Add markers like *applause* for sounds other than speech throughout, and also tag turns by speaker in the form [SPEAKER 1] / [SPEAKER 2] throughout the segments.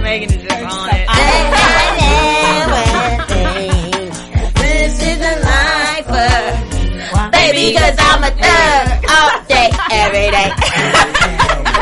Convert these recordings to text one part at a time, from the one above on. [SPEAKER 1] Megan is just on it.
[SPEAKER 2] This is a lifer. Baby, cause I'm a thug all day, every day.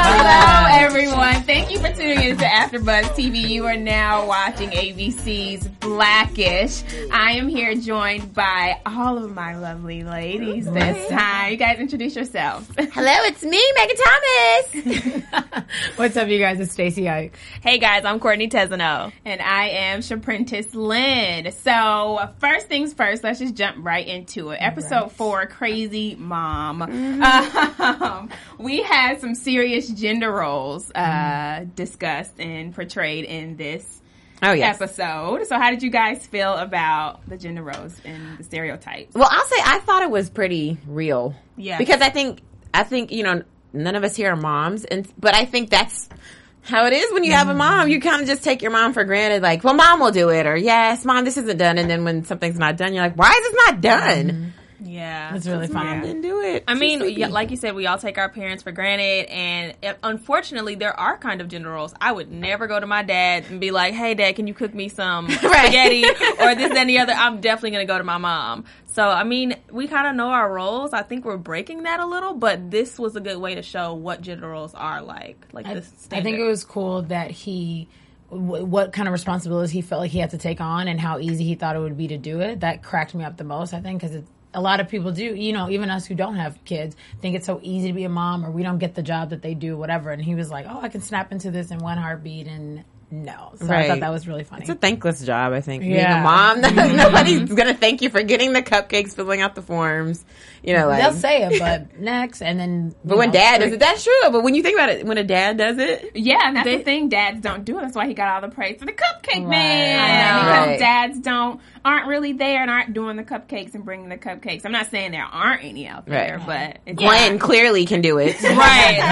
[SPEAKER 1] Hello, everyone. Thank you for tuning in to AfterBuzz TV. You are now watching ABC's Blackish. I am here joined by all of my lovely ladies this time. You guys introduce yourselves.
[SPEAKER 2] Hello, it's me, Megan Thomas.
[SPEAKER 3] *laughs* What's up, you guys? It's Stacey Ike.
[SPEAKER 1] Hey guys, I'm Courtney Tezano. And I am Shaprentis Lynn. So, first things first, let's just jump right into it. Episode four Crazy Mom. Um, we had some serious gender roles uh, discussed and portrayed in this
[SPEAKER 4] Oh yes.
[SPEAKER 1] episode. So, how did you guys feel about the gender roles and the stereotypes?
[SPEAKER 4] Well, I'll say I thought it was pretty real.
[SPEAKER 1] Yeah.
[SPEAKER 4] Because I think I think you know none of us here are moms, and but I think that's how it is when you have a mom. You kind of just take your mom for granted. Like, well, mom will do it, or yes, mom, this isn't done. And then when something's not done, you're like, why is this not done?
[SPEAKER 3] Mm-hmm.
[SPEAKER 5] Yeah.
[SPEAKER 3] It's really
[SPEAKER 4] Mom
[SPEAKER 3] funny.
[SPEAKER 4] didn't do it.
[SPEAKER 5] I mean, yeah, like you said, we all take our parents for granted, and uh, unfortunately, there are kind of gender roles. I would never go to my dad and be like, "Hey, dad, can you cook me
[SPEAKER 3] *laughs*
[SPEAKER 5] some spaghetti or this that, and the other?" I'm definitely gonna go to my mom. So, I mean, we kind of know our roles. I think we're breaking that a little, but this was a good way to show what gender roles are like. Like
[SPEAKER 3] I,
[SPEAKER 5] this.
[SPEAKER 3] I think it was cool that he, w- what kind of responsibilities he felt like he had to take on and how easy he thought it would be to do it. That cracked me up the most, I think, because a lot of people do, you know, even us who don't have kids, think it's so easy to be a mom or we don't get the job that they do, whatever. And he was like, oh, I can snap into this in one heartbeat and no. So I thought
[SPEAKER 4] Right.
[SPEAKER 3] that was really funny.
[SPEAKER 4] It's a thankless job, I think. Being
[SPEAKER 3] Yeah. Mm-hmm.
[SPEAKER 4] a mom, *laughs* nobody's gonna thank you for getting the cupcakes, filling out the forms. You know, like.
[SPEAKER 3] They'll say it,
[SPEAKER 4] *laughs*
[SPEAKER 3] but next. And then.
[SPEAKER 4] but when dad does it, that's true. But when you think about it, when a dad does it,
[SPEAKER 1] Yeah, and that's the thing. Dads don't do it. That's why he got all the praise for the cupcake man.
[SPEAKER 3] I
[SPEAKER 4] know.
[SPEAKER 1] Because
[SPEAKER 4] Right.
[SPEAKER 1] dads don't aren't really there and aren't doing the cupcakes and bringing the cupcakes. I'm not saying there aren't any out there, but it's
[SPEAKER 4] Glenn clearly can do it.
[SPEAKER 5] *laughs*
[SPEAKER 3] *laughs*
[SPEAKER 5] right,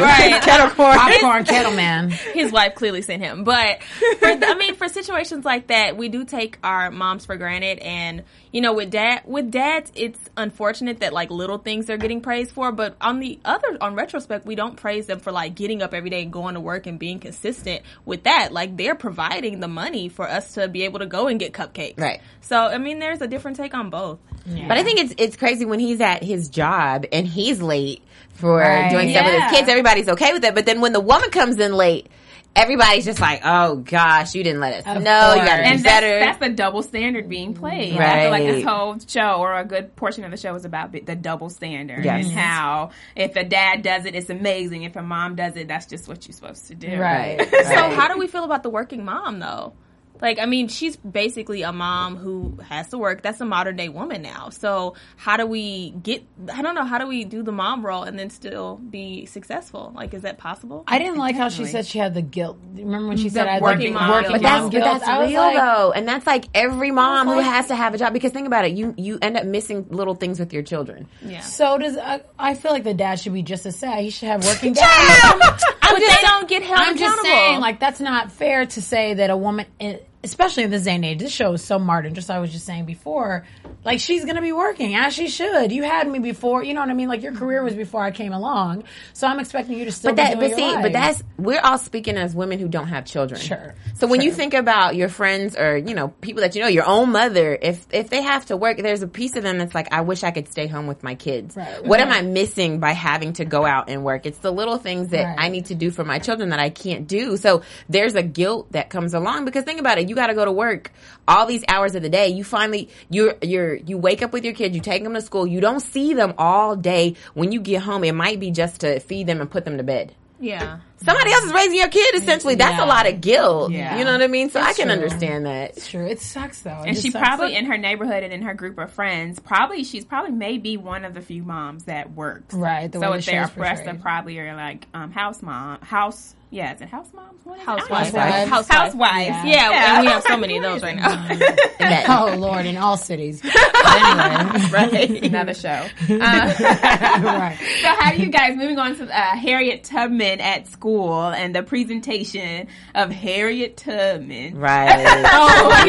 [SPEAKER 5] right.
[SPEAKER 4] Kettle corn.
[SPEAKER 3] Popcorn kettle man.
[SPEAKER 5] his wife clearly sent him. But for, I mean, for situations like that, we do take our moms for granted, and you know, with dad, with dads, it's unfortunate that like little things they're getting praised for. But on the other, on retrospect, we don't praise them for like getting up every day, and going to work, and being consistent with that. Like they're providing the money for us to be able to go and get cupcakes.
[SPEAKER 4] Right.
[SPEAKER 5] So I mean, there's a different take on both.
[SPEAKER 4] But I think it's it's crazy when he's at his job and he's late for doing stuff with
[SPEAKER 1] Yeah.
[SPEAKER 4] his kids. Everybody's okay with it, but then when the woman comes in late, everybody's just like, "Oh gosh, you didn't let us
[SPEAKER 3] Of
[SPEAKER 4] know. You got to
[SPEAKER 3] course.
[SPEAKER 4] do
[SPEAKER 1] and that's,
[SPEAKER 4] better."
[SPEAKER 1] that's the double standard being played. I feel like
[SPEAKER 4] Right.
[SPEAKER 1] this whole show or a good portion of the show is about the double standard
[SPEAKER 4] Yes.
[SPEAKER 1] and how if a dad does it, it's amazing. If a mom does it, that's just what you're supposed to do.
[SPEAKER 3] Right.
[SPEAKER 5] So how do we feel about the working mom though? Like I mean, she's basically a mom who has to work. That's a modern day woman now. So how do we get? I don't know. How do we do the mom role and then still be successful? Like, is that possible?
[SPEAKER 3] I didn't like how she said she had the guilt. Remember when she said I had
[SPEAKER 5] working
[SPEAKER 3] the
[SPEAKER 5] mom
[SPEAKER 3] working
[SPEAKER 4] But
[SPEAKER 5] guilt.
[SPEAKER 4] that's
[SPEAKER 3] mom
[SPEAKER 4] but
[SPEAKER 3] guilt?
[SPEAKER 4] that's
[SPEAKER 3] I was
[SPEAKER 4] real
[SPEAKER 3] like,
[SPEAKER 4] though, and that's like every mom who has to have a job because think about it, you you end up missing little things with your children.
[SPEAKER 5] yeah.
[SPEAKER 3] So does I, I feel like the dad should be just as sad. He should have working. dads.
[SPEAKER 5] but they don't get held
[SPEAKER 3] I'm
[SPEAKER 5] accountable.
[SPEAKER 3] just saying, like that's not fair to say that a woman, eh, especially in this day and age, this show is so modern. Just like I was just saying before, like she's gonna be working as she should. You had me before, you know what I mean? Like your career was before I came along, so I'm expecting you to still.
[SPEAKER 4] But that,
[SPEAKER 3] be
[SPEAKER 4] but
[SPEAKER 3] doing
[SPEAKER 4] see,
[SPEAKER 3] your
[SPEAKER 4] but
[SPEAKER 3] life.
[SPEAKER 4] that's we're all speaking as women who don't have children.
[SPEAKER 3] Sure.
[SPEAKER 4] So when you think about your friends or you know people that you know, your own mother, if if they have to work, there's a piece of them that's like, I wish I could stay home with my kids.
[SPEAKER 3] Right.
[SPEAKER 4] What am I missing by having to go out and work? It's the little things that
[SPEAKER 3] Right.
[SPEAKER 4] I need to do for my children that I can't do. So there's a guilt that comes along because think about it, you got to go to work all these hours of the day. You finally you're you're you wake up with your kids, you take them to school, you don't see them all day. When you get home, it might be just to feed them and put them to bed.
[SPEAKER 3] uh,
[SPEAKER 5] yeah.
[SPEAKER 4] Somebody else is raising your kid. Essentially, that's
[SPEAKER 3] Yeah.
[SPEAKER 4] a lot of guilt.
[SPEAKER 1] Yeah.
[SPEAKER 4] You know what I mean? So I can
[SPEAKER 3] true.
[SPEAKER 4] understand
[SPEAKER 3] *laughs*
[SPEAKER 4] that.
[SPEAKER 3] Sure, it sucks though. It
[SPEAKER 1] and
[SPEAKER 3] just
[SPEAKER 1] she
[SPEAKER 3] sucks.
[SPEAKER 1] probably in her neighborhood and in her group of friends probably she's probably maybe one of the few moms that works
[SPEAKER 3] Right, the
[SPEAKER 1] so
[SPEAKER 3] way
[SPEAKER 1] if
[SPEAKER 3] the
[SPEAKER 1] they're
[SPEAKER 3] show's
[SPEAKER 1] oppressed they
[SPEAKER 3] portrayed.
[SPEAKER 1] probably are like um house mom house yeah is it house moms what is it?
[SPEAKER 5] Housewives.
[SPEAKER 3] Housewives.
[SPEAKER 5] Housewives.
[SPEAKER 1] housewives
[SPEAKER 5] Yeah, and we have so many of those right
[SPEAKER 3] *laughs*
[SPEAKER 5] now.
[SPEAKER 4] That-
[SPEAKER 3] Oh Lord, in all cities. *laughs* But anyway,
[SPEAKER 1] *laughs* another show Uh,
[SPEAKER 3] *laughs* right.
[SPEAKER 1] so how do you guys moving on to uh, harriet tubman at school and the presentation of harriet tubman
[SPEAKER 4] Right.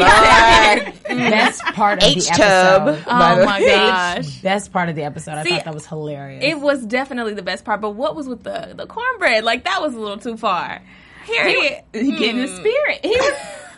[SPEAKER 3] *laughs* Oh, best part of the
[SPEAKER 4] H-Tub.
[SPEAKER 3] episode.
[SPEAKER 4] By the
[SPEAKER 5] Oh *laughs* my
[SPEAKER 4] way.
[SPEAKER 5] gosh.
[SPEAKER 3] Best part of the episode.
[SPEAKER 5] See,
[SPEAKER 3] I thought that was hilarious.
[SPEAKER 5] It was definitely the best part, but what was with the the cornbread? Like that was a little too far. Harriet,
[SPEAKER 1] he getting
[SPEAKER 5] Hmm.
[SPEAKER 1] the spirit he was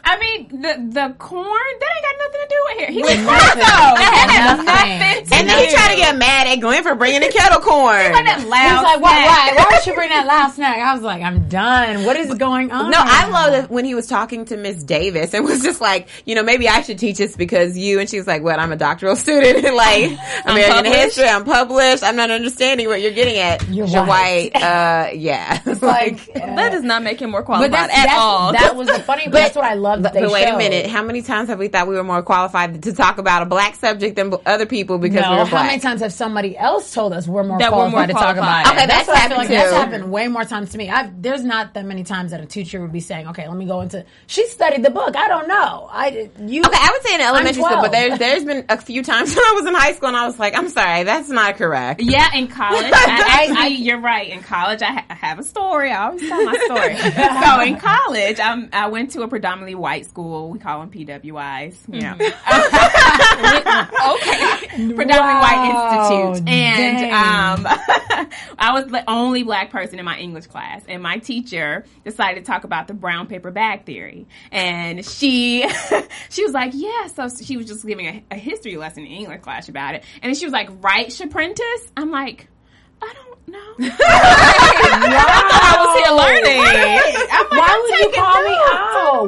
[SPEAKER 1] I mean, the the corn that ain't got nothing to do with here. He was corn though. That had
[SPEAKER 3] nothing.
[SPEAKER 1] nothing to
[SPEAKER 4] And then he
[SPEAKER 1] do.
[SPEAKER 4] tried to get mad at Glenn for bringing the kettle corn.
[SPEAKER 1] that
[SPEAKER 3] He
[SPEAKER 1] loud.
[SPEAKER 3] was like, why,
[SPEAKER 1] snack.
[SPEAKER 3] why, why would you bring that loud snack? I was like, I'm done. What is going on?
[SPEAKER 4] No,
[SPEAKER 3] *laughs*
[SPEAKER 4] I love it when he was talking to Miss Davis and was just like, you know, maybe I should teach this because you. And she was like, what? I'm a doctoral *laughs* student in like American
[SPEAKER 5] published.
[SPEAKER 4] history. I'm published. I'm not understanding what you're getting at.
[SPEAKER 3] You're
[SPEAKER 4] white. Uh, yeah. *laughs* like,
[SPEAKER 5] that does not make him more qualified
[SPEAKER 3] uh, but that's,
[SPEAKER 5] at
[SPEAKER 3] that's-
[SPEAKER 5] all.
[SPEAKER 3] That was the funny. But that's what I
[SPEAKER 4] but,
[SPEAKER 3] love. that they
[SPEAKER 4] but wait
[SPEAKER 3] showed.
[SPEAKER 4] a minute. How many times have we thought we were more qualified to talk about a black subject than bl- other people because we
[SPEAKER 3] No,
[SPEAKER 4] were
[SPEAKER 3] how
[SPEAKER 4] black?
[SPEAKER 3] many times have somebody else told us we're more
[SPEAKER 5] That we're
[SPEAKER 3] qualified
[SPEAKER 5] more
[SPEAKER 3] to talk about?
[SPEAKER 5] qualified.
[SPEAKER 3] it?
[SPEAKER 4] Okay, that's
[SPEAKER 3] what I feel
[SPEAKER 4] happened
[SPEAKER 3] like. That's
[SPEAKER 4] too.
[SPEAKER 3] happened way more times to me. I've, there's not that many times that a teacher would be saying, "Okay, let me go into." She studied the book. I don't know. I you.
[SPEAKER 4] Okay, I would say in elementary school, but
[SPEAKER 3] 12.
[SPEAKER 4] there's there's been a few times *laughs* when I was in high school and I was like, I'm sorry, that's not correct.
[SPEAKER 1] Yeah, in college, *laughs* I, I, I, you're right. In college, I, ha- I have a story. I always tell my story. *laughs* so in college, i I went to a predominantly white school. We call them PWIs. You know. okay, predominantly
[SPEAKER 3] Wow,
[SPEAKER 1] white institute, and
[SPEAKER 3] dang.
[SPEAKER 1] um, *laughs* I was the only black person in my English class, and my teacher decided to talk about the brown paper bag theory, and she *laughs* she was like, "Yeah." So she was just giving a, a history lesson in English class about it, and she was like, "Right, Shaprentis?" I'm like, "I don't know." *laughs*
[SPEAKER 5] I was here learning.
[SPEAKER 3] Why would you call me out?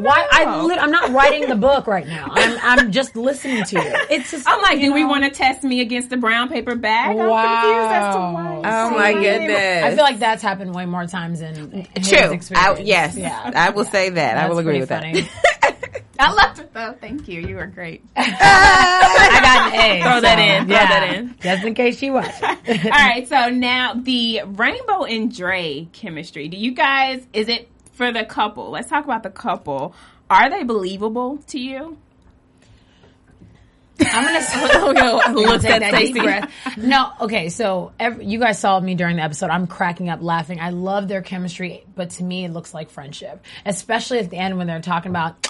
[SPEAKER 3] Why I lit, I'm not writing the book right now. I'm I'm just listening to you. *laughs* It's just
[SPEAKER 1] I'm like, "Do
[SPEAKER 3] you
[SPEAKER 1] we
[SPEAKER 3] know,
[SPEAKER 1] want to test me against the brown paper bag?" I'm confused as to why.
[SPEAKER 3] Wow.
[SPEAKER 4] Oh my goodness.
[SPEAKER 3] I feel like that's happened way more times in his
[SPEAKER 4] True.
[SPEAKER 3] experience.
[SPEAKER 4] I, yes,
[SPEAKER 3] Yeah.
[SPEAKER 4] I will say that. I will
[SPEAKER 3] That's
[SPEAKER 4] agree
[SPEAKER 3] pretty
[SPEAKER 4] with *laughs*
[SPEAKER 3] funny.
[SPEAKER 4] that.
[SPEAKER 1] I loved it though. Thank you. You were great. *laughs*
[SPEAKER 3] I got an A.
[SPEAKER 5] Throw that in, throw
[SPEAKER 3] yeah.
[SPEAKER 5] that in.
[SPEAKER 3] Just in case she watched.
[SPEAKER 1] All right, so now the Rainbow and Dre chemistry. Do you guys is it for the couple? Let's talk about the couple. Are they believable to you?
[SPEAKER 3] I'm gonna
[SPEAKER 4] *laughs*
[SPEAKER 3] slow
[SPEAKER 5] looked at Stacey.
[SPEAKER 3] No, okay. So every, you guys saw me during the episode. I'm cracking up laughing. I love their chemistry, but to me, it looks like friendship, especially at the end when they're talking about.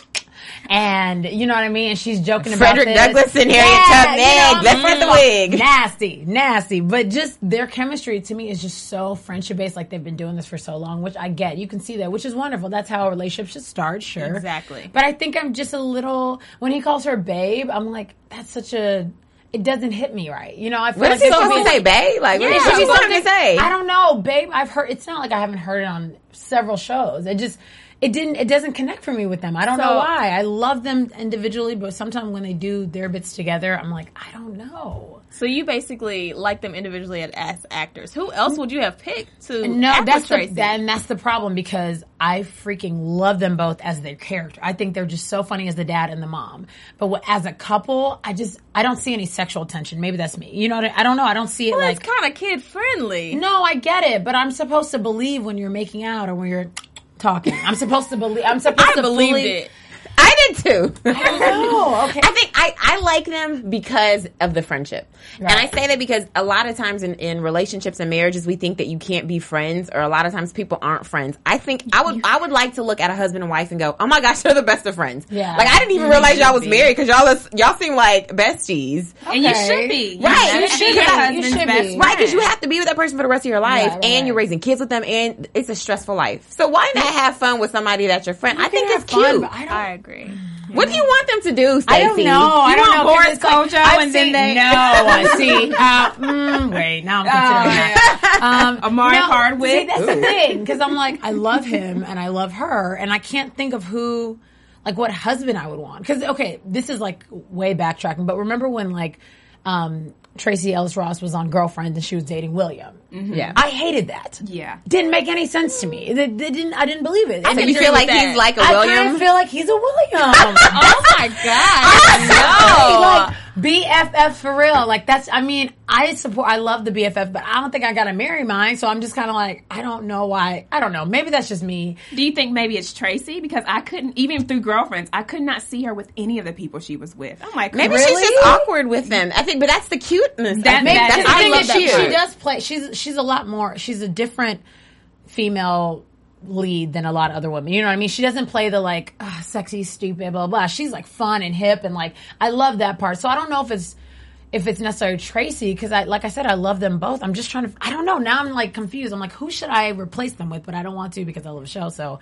[SPEAKER 3] And you know what I mean? And she's joking
[SPEAKER 4] Frederick
[SPEAKER 3] about this.
[SPEAKER 4] Douglass and Harriet Tubman.
[SPEAKER 3] you know mm-hmm. what
[SPEAKER 4] Let's
[SPEAKER 3] I'm
[SPEAKER 4] rent the
[SPEAKER 3] saying?
[SPEAKER 4] wig.
[SPEAKER 3] Nasty, nasty. But just their chemistry to me is just so friendship based. Like they've been doing this for so long, which I get. You can see that, which is wonderful. That's how a relationship should start, sure.
[SPEAKER 5] Exactly.
[SPEAKER 3] But I think I'm just a little, when he calls her babe, I'm like, that's such a, it doesn't hit me right. You know, I feel
[SPEAKER 4] What
[SPEAKER 3] like
[SPEAKER 4] is he
[SPEAKER 3] there should
[SPEAKER 4] supposed
[SPEAKER 3] be-
[SPEAKER 4] to say, babe? Like, what is
[SPEAKER 3] yeah,
[SPEAKER 4] she supposed to
[SPEAKER 3] something-
[SPEAKER 4] say?
[SPEAKER 3] I don't know, babe. I've heard. It's not like I haven't heard it on several shows. It just it didn't it doesn't connect for me with them. I don't know
[SPEAKER 5] So-
[SPEAKER 3] why. I love them individually, but sometimes when they do their bits together, I'm like, I don't know.
[SPEAKER 5] So you basically like them individually as actors. Who else would you have picked to?
[SPEAKER 3] No,
[SPEAKER 5] act with
[SPEAKER 3] that's the,
[SPEAKER 5] Tracy?
[SPEAKER 3] and that's the problem because I freaking love them both as their character. I think they're just so funny as the dad and the mom. But what, as a couple, I just I don't see any sexual tension. Maybe that's me. You know, what I, I don't know. I don't see it
[SPEAKER 5] Well,
[SPEAKER 3] like
[SPEAKER 5] it's kind of kid friendly.
[SPEAKER 3] No, I get it, but I'm supposed to believe when you're making out or when you're talking. I'm supposed to believe. I'm supposed
[SPEAKER 5] *laughs* I
[SPEAKER 3] to
[SPEAKER 5] believed
[SPEAKER 3] fully-
[SPEAKER 5] it.
[SPEAKER 4] I did too.
[SPEAKER 3] No, okay.
[SPEAKER 4] I think I, I like them because of the friendship. And I say that because a lot of times in, in relationships and marriages we think that you can't be friends or a lot of times people aren't friends. I think I would I would like to look at a husband and wife and go, Oh my gosh, *laughs* they're the best of friends.
[SPEAKER 3] Yeah.
[SPEAKER 4] Like I didn't even realize y'all was married because y'all was, y'all seem like besties.
[SPEAKER 1] And you
[SPEAKER 3] Okay.
[SPEAKER 1] should be. You
[SPEAKER 4] Right.
[SPEAKER 1] should
[SPEAKER 4] You
[SPEAKER 3] should
[SPEAKER 1] be
[SPEAKER 3] be.
[SPEAKER 1] your
[SPEAKER 3] You
[SPEAKER 1] husband's
[SPEAKER 3] should be.
[SPEAKER 1] best
[SPEAKER 4] Right, because
[SPEAKER 1] friend.
[SPEAKER 4] you have to be with that person for the rest of your life,
[SPEAKER 3] Right, right,
[SPEAKER 4] and you're
[SPEAKER 3] right.
[SPEAKER 4] raising kids with them, and it's a stressful life. So why not have fun with somebody that's your friend? I
[SPEAKER 3] You can
[SPEAKER 4] think it's
[SPEAKER 3] have fun,
[SPEAKER 4] cute.
[SPEAKER 3] but I don't.
[SPEAKER 5] I agree.
[SPEAKER 4] what do you want them to do? Stacey?
[SPEAKER 3] I don't know. I don't know. 'cause it's
[SPEAKER 1] Boris Kojo
[SPEAKER 3] I've
[SPEAKER 1] and then
[SPEAKER 3] seen-
[SPEAKER 1] they-
[SPEAKER 3] No,
[SPEAKER 1] *laughs*
[SPEAKER 3] I see. Uh, mm, wait, now I'm considering that. Um,
[SPEAKER 1] *laughs* Amari
[SPEAKER 3] no,
[SPEAKER 1] Hardwick.
[SPEAKER 3] See, that's the thing because I'm like, I love him and I love her, and I can't think of who, like, what husband I would want. Because okay, this is like way backtracking, but remember when like. Um, Tracy Ellis Ross was on Girlfriend and she was dating William.
[SPEAKER 4] Yeah.
[SPEAKER 3] I hated that.
[SPEAKER 1] Mm-hmm. Yeah.
[SPEAKER 3] Didn't make any sense to me. It, it didn't. I didn't believe it. I,
[SPEAKER 4] you feel like he's like a
[SPEAKER 3] I kind
[SPEAKER 4] William?
[SPEAKER 3] of feel like he's a William. *laughs*
[SPEAKER 5] Oh my god! no.
[SPEAKER 3] like BFF for real. Like that's. I mean, I support. I love the BFF, but I don't think I gotta marry mine. So I'm just kind of like, I don't know why. I don't know. Maybe that's just me.
[SPEAKER 1] Do you think maybe it's Tracy? Because I couldn't, even through girlfriends, I could not see her with any of the people she was with. I'm like,
[SPEAKER 4] Maybe
[SPEAKER 1] really?
[SPEAKER 4] she's just awkward with them. I think, but that's the cuteness. I
[SPEAKER 1] That-
[SPEAKER 4] think
[SPEAKER 3] Maybe
[SPEAKER 1] that-
[SPEAKER 3] that's the
[SPEAKER 4] I
[SPEAKER 3] thing
[SPEAKER 4] love
[SPEAKER 3] is
[SPEAKER 4] that
[SPEAKER 3] she, she
[SPEAKER 4] part.
[SPEAKER 3] does play. She's she's a lot more. She's a different female lead than a lot of other women. You know what I mean? She doesn't play the like ah, sexy, stupid, blah blah. She's like fun and hip and like I love that part. So I don't know if it's if it's necessarily Tracy because I like I said I love them both. I'm just trying to. I don't know. Now I'm like confused. I'm like, who should I replace them with? But I don't want to because I love the show. So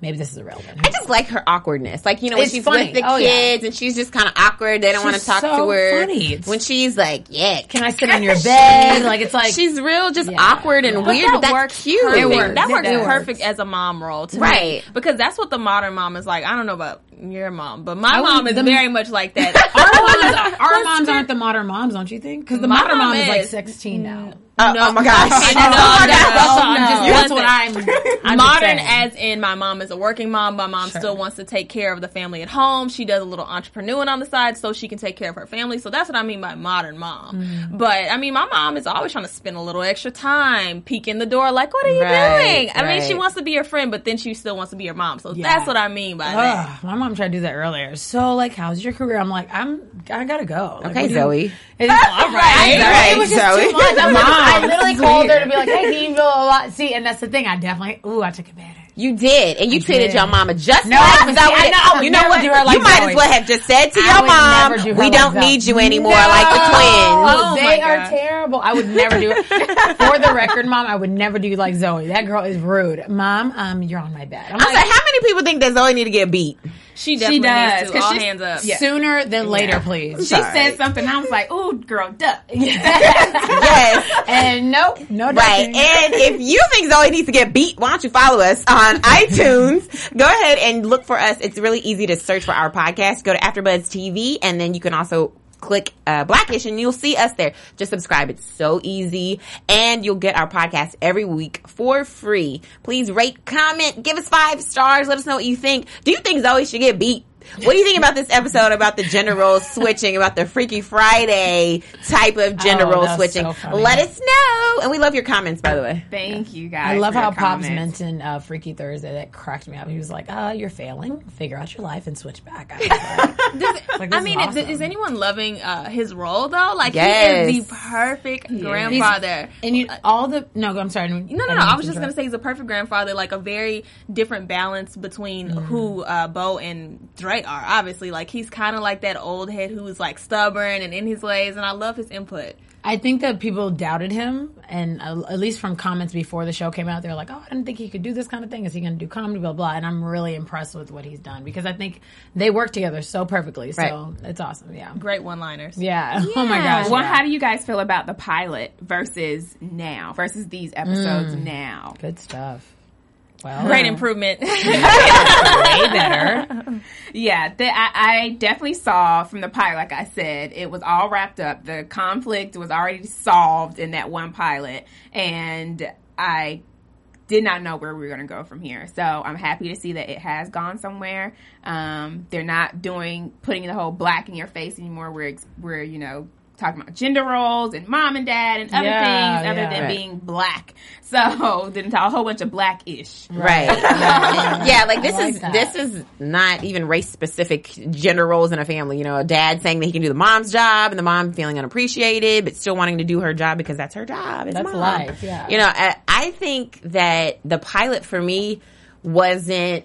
[SPEAKER 3] maybe this is irrelevant.
[SPEAKER 4] I just like her awkwardness. Like you know, when
[SPEAKER 3] It's
[SPEAKER 4] she's
[SPEAKER 3] funny.
[SPEAKER 4] with the
[SPEAKER 3] Oh, yeah.
[SPEAKER 4] kids and she's just kind of awkward. They don't want to
[SPEAKER 3] She's
[SPEAKER 4] talk
[SPEAKER 3] so
[SPEAKER 4] to her.
[SPEAKER 3] funny. It's-
[SPEAKER 4] When she's like, yeah,
[SPEAKER 3] Can I sit on your bed? Like it's like
[SPEAKER 4] she's real, just
[SPEAKER 3] Yeah.
[SPEAKER 4] awkward and weird, but, that's cute.
[SPEAKER 5] Perfect.
[SPEAKER 3] It works.
[SPEAKER 5] That
[SPEAKER 3] It
[SPEAKER 5] works
[SPEAKER 3] does.
[SPEAKER 5] perfect as a mom role, to me.
[SPEAKER 4] Right.
[SPEAKER 5] Because that's what the modern mom is like. I don't know about your mom, but my
[SPEAKER 3] would-
[SPEAKER 5] mom is
[SPEAKER 3] the-
[SPEAKER 5] very much like that.
[SPEAKER 3] *laughs* our
[SPEAKER 4] *laughs*
[SPEAKER 3] moms, our moms aren't the modern moms, don't you think? Because the
[SPEAKER 5] My
[SPEAKER 3] modern mom,
[SPEAKER 5] mom
[SPEAKER 3] is, like
[SPEAKER 5] is.
[SPEAKER 3] 16 now.
[SPEAKER 4] Oh,
[SPEAKER 5] *laughs*
[SPEAKER 4] oh my gosh!
[SPEAKER 5] no, no,
[SPEAKER 3] That's, all- I'm
[SPEAKER 5] no.
[SPEAKER 3] just,
[SPEAKER 5] You
[SPEAKER 3] that's
[SPEAKER 5] listen.
[SPEAKER 3] what I'm. I'm just
[SPEAKER 5] modern
[SPEAKER 3] saying.
[SPEAKER 5] as in my mom is a working mom my mom still wants to take care of the family at home she does a little entrepreneuring on the side so she can take care of her family so that's what i mean by modern mom but i mean my mom is always trying to spend a little extra time peek in the door like what are you
[SPEAKER 4] Right,
[SPEAKER 5] doing i mean she
[SPEAKER 4] right.
[SPEAKER 5] wants to be your friend but then she still wants to be your mom so
[SPEAKER 3] Yeah.
[SPEAKER 5] that's what i mean by that
[SPEAKER 3] Ugh, my mom tried to do that earlier. So, like, how's your career? I'm like, I'm, I gotta go. Like,
[SPEAKER 4] Okay,
[SPEAKER 3] what do you-
[SPEAKER 4] Zoe. *laughs*
[SPEAKER 3] It's, all right,
[SPEAKER 4] right,
[SPEAKER 3] It was just
[SPEAKER 4] Zoe.
[SPEAKER 3] too much. I'm like, I
[SPEAKER 4] Mom,
[SPEAKER 3] literally
[SPEAKER 4] it's
[SPEAKER 3] called her
[SPEAKER 4] weird.
[SPEAKER 3] to be like, hey, can you feel a lot? See, and that's the thing. I definitely, ooh, I took advantage.
[SPEAKER 4] You did, and you treated
[SPEAKER 3] did.
[SPEAKER 4] your mama just
[SPEAKER 3] No,
[SPEAKER 4] like
[SPEAKER 3] I would- see, I know, I would
[SPEAKER 4] you know
[SPEAKER 3] never
[SPEAKER 4] what?
[SPEAKER 3] do her like
[SPEAKER 4] you might
[SPEAKER 3] Zoe.
[SPEAKER 4] as well have just said to
[SPEAKER 3] I
[SPEAKER 4] your
[SPEAKER 3] would never do her
[SPEAKER 4] mom, "We
[SPEAKER 3] like
[SPEAKER 4] don't
[SPEAKER 3] Zoe."
[SPEAKER 4] need you anymore," like the twins.
[SPEAKER 3] Oh,
[SPEAKER 5] Oh
[SPEAKER 3] they
[SPEAKER 5] my
[SPEAKER 3] are
[SPEAKER 5] God.
[SPEAKER 3] terrible. I would never do it. For the record, mom, I would never do like Zoe. That girl is rude. Mom, um, you're on my bed. I'm
[SPEAKER 4] I was like, how many people think that Zoe need to get *laughs* beat?
[SPEAKER 5] she definitely
[SPEAKER 1] does,
[SPEAKER 5] needs to
[SPEAKER 1] 'cause
[SPEAKER 5] all
[SPEAKER 1] she's-
[SPEAKER 5] hands up
[SPEAKER 1] yeah.
[SPEAKER 3] sooner than later, please.
[SPEAKER 1] She said something. I was like, "Ooh, girl, *laughs* duck."
[SPEAKER 4] Yes.
[SPEAKER 3] and nope, no
[SPEAKER 4] Right.
[SPEAKER 3] ducking.
[SPEAKER 4] And if you think Zoe needs to get beat, why don't you follow us on iTunes? Go ahead and look for us. It's really easy to search for our podcast. Go to AfterBuzz TV, and then you can also click uh, Blackish, and you'll see us there. Just subscribe. It's so easy, and you'll get our podcast every week for free. Please rate, comment, give us five stars. Let us know what you think. Do you think Zoe should get beat? What do you think about this episode about the gender roles switching, about the Freaky Friday type of gender
[SPEAKER 3] Oh,
[SPEAKER 4] role
[SPEAKER 3] that's
[SPEAKER 4] switching?
[SPEAKER 3] so funny.
[SPEAKER 4] Let us know. And we love your comments, by the way.
[SPEAKER 1] Thank you guys.
[SPEAKER 3] I love
[SPEAKER 1] for
[SPEAKER 3] how
[SPEAKER 1] the
[SPEAKER 3] Pops
[SPEAKER 1] comments.
[SPEAKER 3] mentioned uh, Freaky Thursday. That cracked me up. He was like, uh, you're failing. Figure out your life and switch back. I was like, like, this
[SPEAKER 5] I
[SPEAKER 3] is
[SPEAKER 5] mean,
[SPEAKER 3] awesome.
[SPEAKER 5] is, is anyone loving uh, his role though? Like,
[SPEAKER 4] Yes.
[SPEAKER 5] he is the perfect grandfather.
[SPEAKER 3] and you, all the, no, go- I'm sorry. No,
[SPEAKER 5] No, no, no. I was just gonna say he's a perfect grandfather, like a very different balance between who uh, Bo and Dre are. Obviously, like he's kind of like that old head who's like stubborn and in his ways, and I love his input.
[SPEAKER 3] I think that people doubted him, and uh, at least from comments before the show came out, they were like, "Oh, I didn't think he could do this kind of thing. Is he going to do comedy?" Blah blah. And I'm really impressed with what he's done because I think they work together so perfectly. So
[SPEAKER 4] Right.
[SPEAKER 3] it's awesome. Yeah.
[SPEAKER 5] Great one-liners.
[SPEAKER 3] Yeah. *laughs* Oh my gosh.
[SPEAKER 1] Well,
[SPEAKER 3] yeah.
[SPEAKER 1] how do you guys feel about the pilot versus now versus these episodes
[SPEAKER 3] Mm.
[SPEAKER 1] now?
[SPEAKER 3] Good stuff. Well,
[SPEAKER 5] Great improvement. *laughs*
[SPEAKER 3] way *laughs* better.
[SPEAKER 1] Yeah, the, I, I definitely saw from the pilot. Like I said, it was all wrapped up. The conflict was already solved in that one pilot, and I did not know where we were going to go from here. So I'm happy to see that it has gone somewhere. Um, they're not doing putting the whole black in your face anymore. We're ex- we're you know talking about gender roles and mom and dad and other
[SPEAKER 3] Yeah,
[SPEAKER 1] things other
[SPEAKER 3] yeah.
[SPEAKER 1] than
[SPEAKER 3] Right.
[SPEAKER 1] being black. So *laughs* then a whole bunch of black ish.
[SPEAKER 3] *laughs*
[SPEAKER 4] Right. yeah, like this
[SPEAKER 3] like
[SPEAKER 4] is
[SPEAKER 3] that.
[SPEAKER 4] this is not even race specific gender roles in a family. You know, a dad saying that he can do the mom's job and the mom feeling unappreciated but still wanting to do her job because that's her job. It's
[SPEAKER 3] That's
[SPEAKER 4] mom.
[SPEAKER 3] life, yeah.
[SPEAKER 4] You know, I, I think that the pilot for me wasn't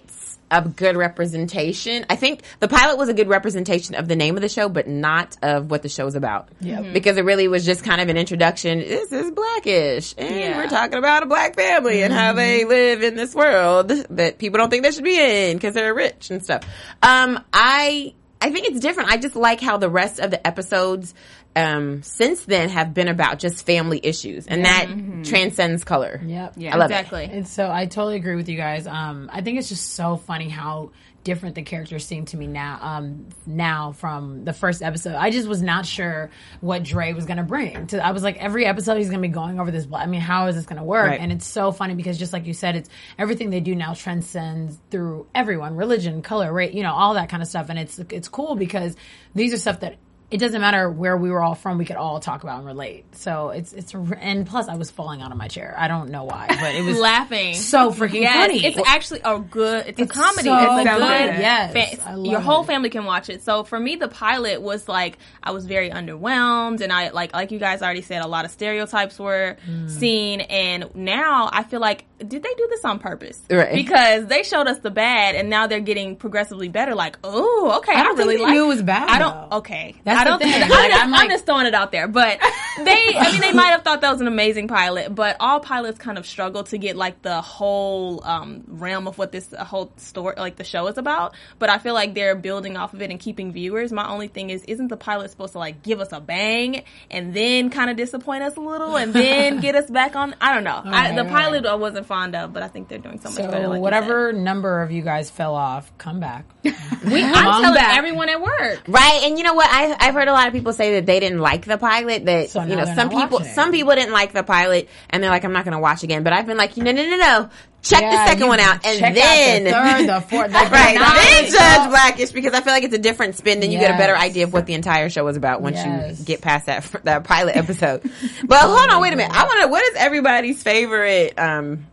[SPEAKER 4] a good representation. I think the pilot was a good representation of the name of the show, but not of what the show's about. Yeah.
[SPEAKER 5] Mm-hmm.
[SPEAKER 4] Because it really was just kind of an introduction. This is blackish. And
[SPEAKER 5] Yeah. Mm-hmm.
[SPEAKER 4] we're talking about a black family and how they live in this world that people don't think they should be in because they're rich and stuff. Um, I, I think it's different. I just like how the rest of the episodes um, since then have been about just family issues, and that transcends color.
[SPEAKER 3] Yep.
[SPEAKER 4] I love it.
[SPEAKER 5] Mm-hmm. exactly.
[SPEAKER 3] And so I totally agree with you guys. Um, I think it's just so funny how different the characters seem to me now. Um, now from the first episode, I just was not sure what Dre was going to bring. To I was like, every episode he's going to be going over this. bla- I mean, how is this going to work?
[SPEAKER 4] Right.
[SPEAKER 3] And it's so funny because just like you said, it's everything they do now transcends through everyone, religion, color, race, you know, all that kind of stuff. And it's it's cool because these are stuff that. It doesn't matter where we were all from; we could all talk about and relate. So it's it's a- and plus I was falling out of my chair. I don't know why, but it was
[SPEAKER 5] laughing.
[SPEAKER 3] so freaking
[SPEAKER 5] Yes,
[SPEAKER 3] funny.
[SPEAKER 5] it's actually a good. It's, a comedy.
[SPEAKER 3] so
[SPEAKER 5] it's a
[SPEAKER 3] good.
[SPEAKER 5] good.
[SPEAKER 3] Yes,
[SPEAKER 5] fa-
[SPEAKER 3] I love
[SPEAKER 5] your whole
[SPEAKER 3] it.
[SPEAKER 5] family can watch it. So for me, the pilot was like I was very underwhelmed, and I like like you guys already said, a lot of stereotypes were
[SPEAKER 3] Mm.
[SPEAKER 5] seen, and now I feel like did they do this on purpose?
[SPEAKER 4] Right.
[SPEAKER 5] Because they showed us the bad, and now they're getting progressively better. Like, oh, okay, I,
[SPEAKER 3] don't
[SPEAKER 5] really
[SPEAKER 3] think they
[SPEAKER 5] like.
[SPEAKER 3] knew it was bad,
[SPEAKER 5] I don't.
[SPEAKER 3] though.
[SPEAKER 5] Okay,
[SPEAKER 3] Oh, That's
[SPEAKER 5] I
[SPEAKER 3] the
[SPEAKER 5] don't
[SPEAKER 3] thing.
[SPEAKER 5] think. *laughs*
[SPEAKER 3] Like,
[SPEAKER 5] I'm, just,
[SPEAKER 3] I'm
[SPEAKER 5] I'm
[SPEAKER 3] like-
[SPEAKER 5] just throwing it out there, but they. I mean, they might have thought that was an amazing pilot, but all pilots kind of struggle to get like the whole um, realm of what this whole story, like the show, is about. But I feel like they're building off of it and keeping viewers. My only thing is, isn't the pilot supposed to like give us a bang and then kind of disappoint us a little and then get us back on? I don't know. I,
[SPEAKER 3] right,
[SPEAKER 5] the
[SPEAKER 3] all
[SPEAKER 5] pilot I wasn't fond of, but I think they're doing so much better.
[SPEAKER 3] Oh, so
[SPEAKER 5] Like you said.
[SPEAKER 3] whatever number of you guys fell off,
[SPEAKER 4] *laughs*
[SPEAKER 3] come back.
[SPEAKER 5] We, I'm
[SPEAKER 3] Come
[SPEAKER 5] telling
[SPEAKER 3] back.
[SPEAKER 5] everyone at work.
[SPEAKER 4] Right, and you know what? I, I've heard a lot of people say that they didn't like the pilot. That
[SPEAKER 3] So now
[SPEAKER 4] you know,
[SPEAKER 3] they're
[SPEAKER 4] some
[SPEAKER 3] not
[SPEAKER 4] people
[SPEAKER 3] watching it.
[SPEAKER 4] some people didn't like the pilot, and they're like, "I'm not going to watch again." But I've been like, "No, no, no, no! Check
[SPEAKER 3] Yeah,
[SPEAKER 4] the second
[SPEAKER 3] you
[SPEAKER 4] one out, and
[SPEAKER 3] check
[SPEAKER 4] then *laughs*
[SPEAKER 3] out the third, the fourth, the
[SPEAKER 4] right, then
[SPEAKER 3] ninth.
[SPEAKER 4] judge Blackish because I feel like it's a different spin. Then you get a better
[SPEAKER 3] Yes.
[SPEAKER 4] idea of what the entire show is about once
[SPEAKER 3] Yes. Oh
[SPEAKER 4] you get past that *laughs* that pilot episode. but
[SPEAKER 3] *laughs*
[SPEAKER 4] hold on, wait a minute. I want to. What is everybody's favorite um